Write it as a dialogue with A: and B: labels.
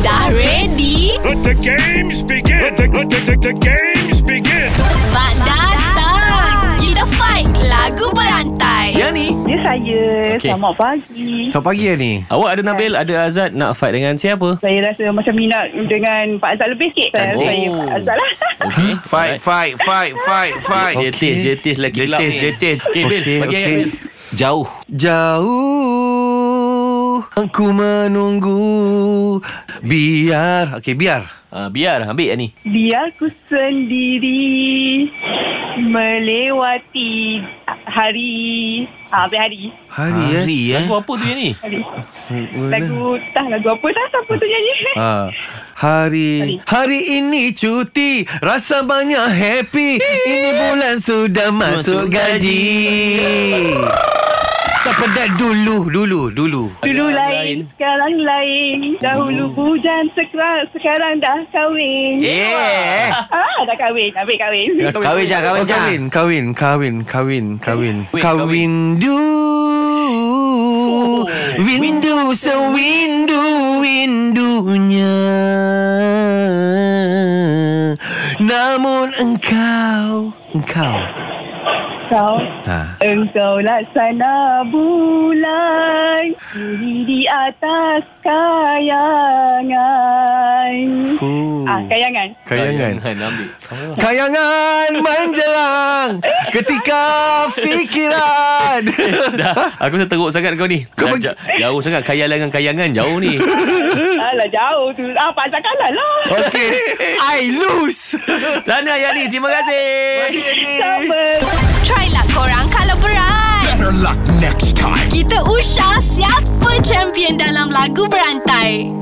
A: Dah ready?
B: Let the games begin. Let the, let the, the, the games begin.
A: Mak datang! Kita fight lagu berantai.
C: Yang ni
D: Ya saya
C: Okey.
D: okay. Selamat pagi
E: Selamat pagi ya ni
C: Awak ada Nabil Ada Azad Nak fight dengan siapa?
D: Saya rasa macam minat Dengan Pak Azad lebih sikit
C: Oh.
D: Saya rasa saya Pak Azad lah
C: Okay.
F: Fight, fight, fight, fight, fight.
C: Alright. Jetis
E: Okey.
C: Jetis lelaki
F: Jetis,
C: gelap ni
F: jetis.
C: Okay Bil
E: Okey,
C: Bagi okay.
E: okey.
C: Bil
G: Jauh
E: Jauh Aku menunggu Biar Okay biar
C: uh, Biar ambil yang ni
D: Biar ku sendiri Melewati Hari ah, Habis hari
E: Hari, Hari. eh
F: Hari eh.
C: Lagu apa tu yang ni?
D: Hari
E: Mana?
D: Lagu Tah lagu apa dah Siapa tu nyanyi
E: Ah. Hari Hari ini cuti Rasa banyak happy Ini bulan sudah masuk gaji Siapa dah dulu Dulu Dulu
D: Dulu
C: Lain.
D: lain Sekarang lain Dahulu bujan Sekarang, sekarang dah kahwin
F: Yeah.
D: Ah, dah kahwin Habis kahwin
F: Kahwin je, kahwin
E: Oh,
F: je.
E: kahwin, kahwin, kahwin, kahwin, kahwin.
C: Wait,
E: Kahwin du. Windu sewindu windunya Namun engkau Engkau
D: Kau
E: ha.
D: Engkau laksana bulan Diri di atas kayangan
E: Fuh.
D: Ah, kayangan
E: Kayangan
C: Jangan ambil
E: Kayangan menjelang Ketika fikiran
C: Dah Aku terteruk sangat kau ni Dah
E: Kau bagi-
C: ja- Jauh sangat Khayalan dengan kayangan Jauh ni
D: Alah jauh tu Ah, Pak Azhar kalah lah
E: Okay I lose
C: Sana yang ni Terima kasih
D: Sama
A: Try lah korang kalau berat.
B: Better luck next time.
A: Kita usah siapa champion dalam lagu berantai.